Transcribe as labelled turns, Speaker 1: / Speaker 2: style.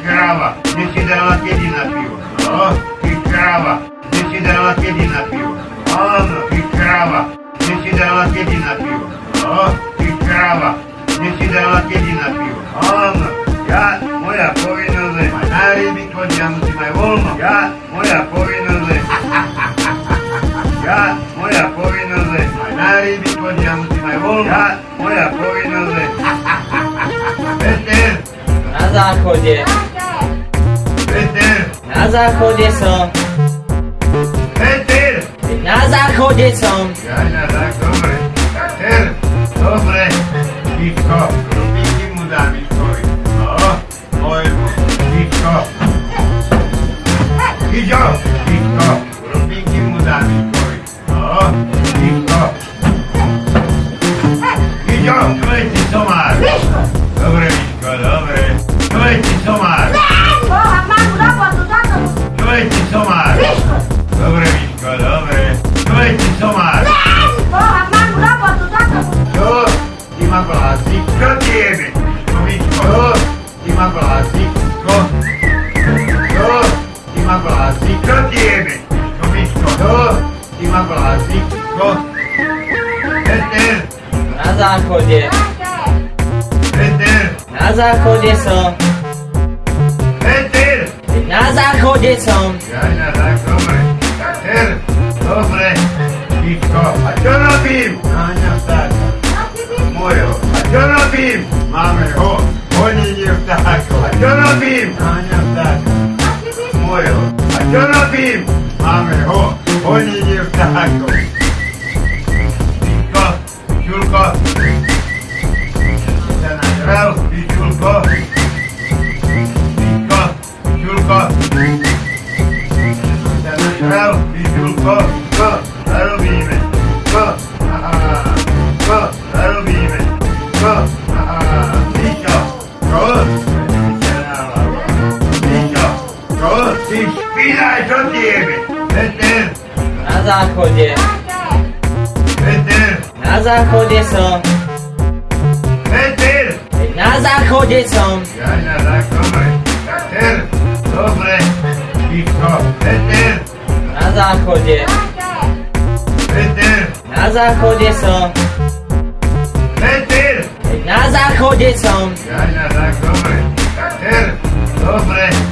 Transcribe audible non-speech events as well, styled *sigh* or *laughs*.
Speaker 1: крава, не кидала тебе на пиво. О, ты крава, не кидала тебе на пиво. Ладно, ты крава, не кидала тебе на пиво. О, ты крава, не кидала тебе на пиво. Ладно, я, моя повинна зема. На рыбе коня мусимай волну. Я, моя повинна *laughs* зема. Ja, moja povinnosť je aj na ryby, podia musím aj voľno. Ja, moja povinnosť *laughs* je... Peter,
Speaker 2: Na záchode,
Speaker 1: Peter,
Speaker 2: na záchode som,
Speaker 1: Peter!
Speaker 2: na záchode som.
Speaker 1: Ja, ja, tak, dobre. Peter, dobre. Miško, rubíky mu dá Miškovi. No, môjmu. Miško. Miško, Miško, rubíky mu dá Miškovi. No, Miško. Miško, kleci somár. Dobre, Miško, dobre. Kleci somár. Kleci somár. Dobre, Miško, dobre. Kleci somár. Čo? Ty ma blázi? Čo ti jebe? Komičko? Ty ma blázi? Ko? Čo? Ty ma blázi? Čo ti jebe? Komičko? Čo? Ty ma blázi? Ko? Peter!
Speaker 2: Na záchode,
Speaker 1: Peter!
Speaker 2: na záchode som,
Speaker 1: Peter!
Speaker 2: na záchode som.
Speaker 1: Ja, ja, tak, dobre. Tak, ter, dobre. Miško, a čo robím? Áňa, tak. Mojo, a čo robím? Máme ho, honenie vtákov. A čo robím? Háňa vtáka. Mojo, a čo robím? Máme ho, honenie vtákov. Pičko, Čulko. Sa nažral, Pičulko. Pičko, Čulko. Sa nažral, Pičulko. Čo robíme? Čo? Aha. Čo robíme? Čo? Aha. Pičo. Čo? Pičo. Čo? Ty špinaj, čo ti jebe? Peter,
Speaker 2: Na záchode,
Speaker 1: Peter,
Speaker 2: na záchode som,
Speaker 1: Peter!
Speaker 2: na záchode som.
Speaker 1: Ja, ja, tak, dobre. Tak, ter, dobre. Pičko, Peter,
Speaker 2: Na záchode,
Speaker 1: Peter,
Speaker 2: na záchode som,
Speaker 1: Peter!
Speaker 2: na záchode som.
Speaker 1: Ja, ja, tak, dobre. Tak, ter, dobre.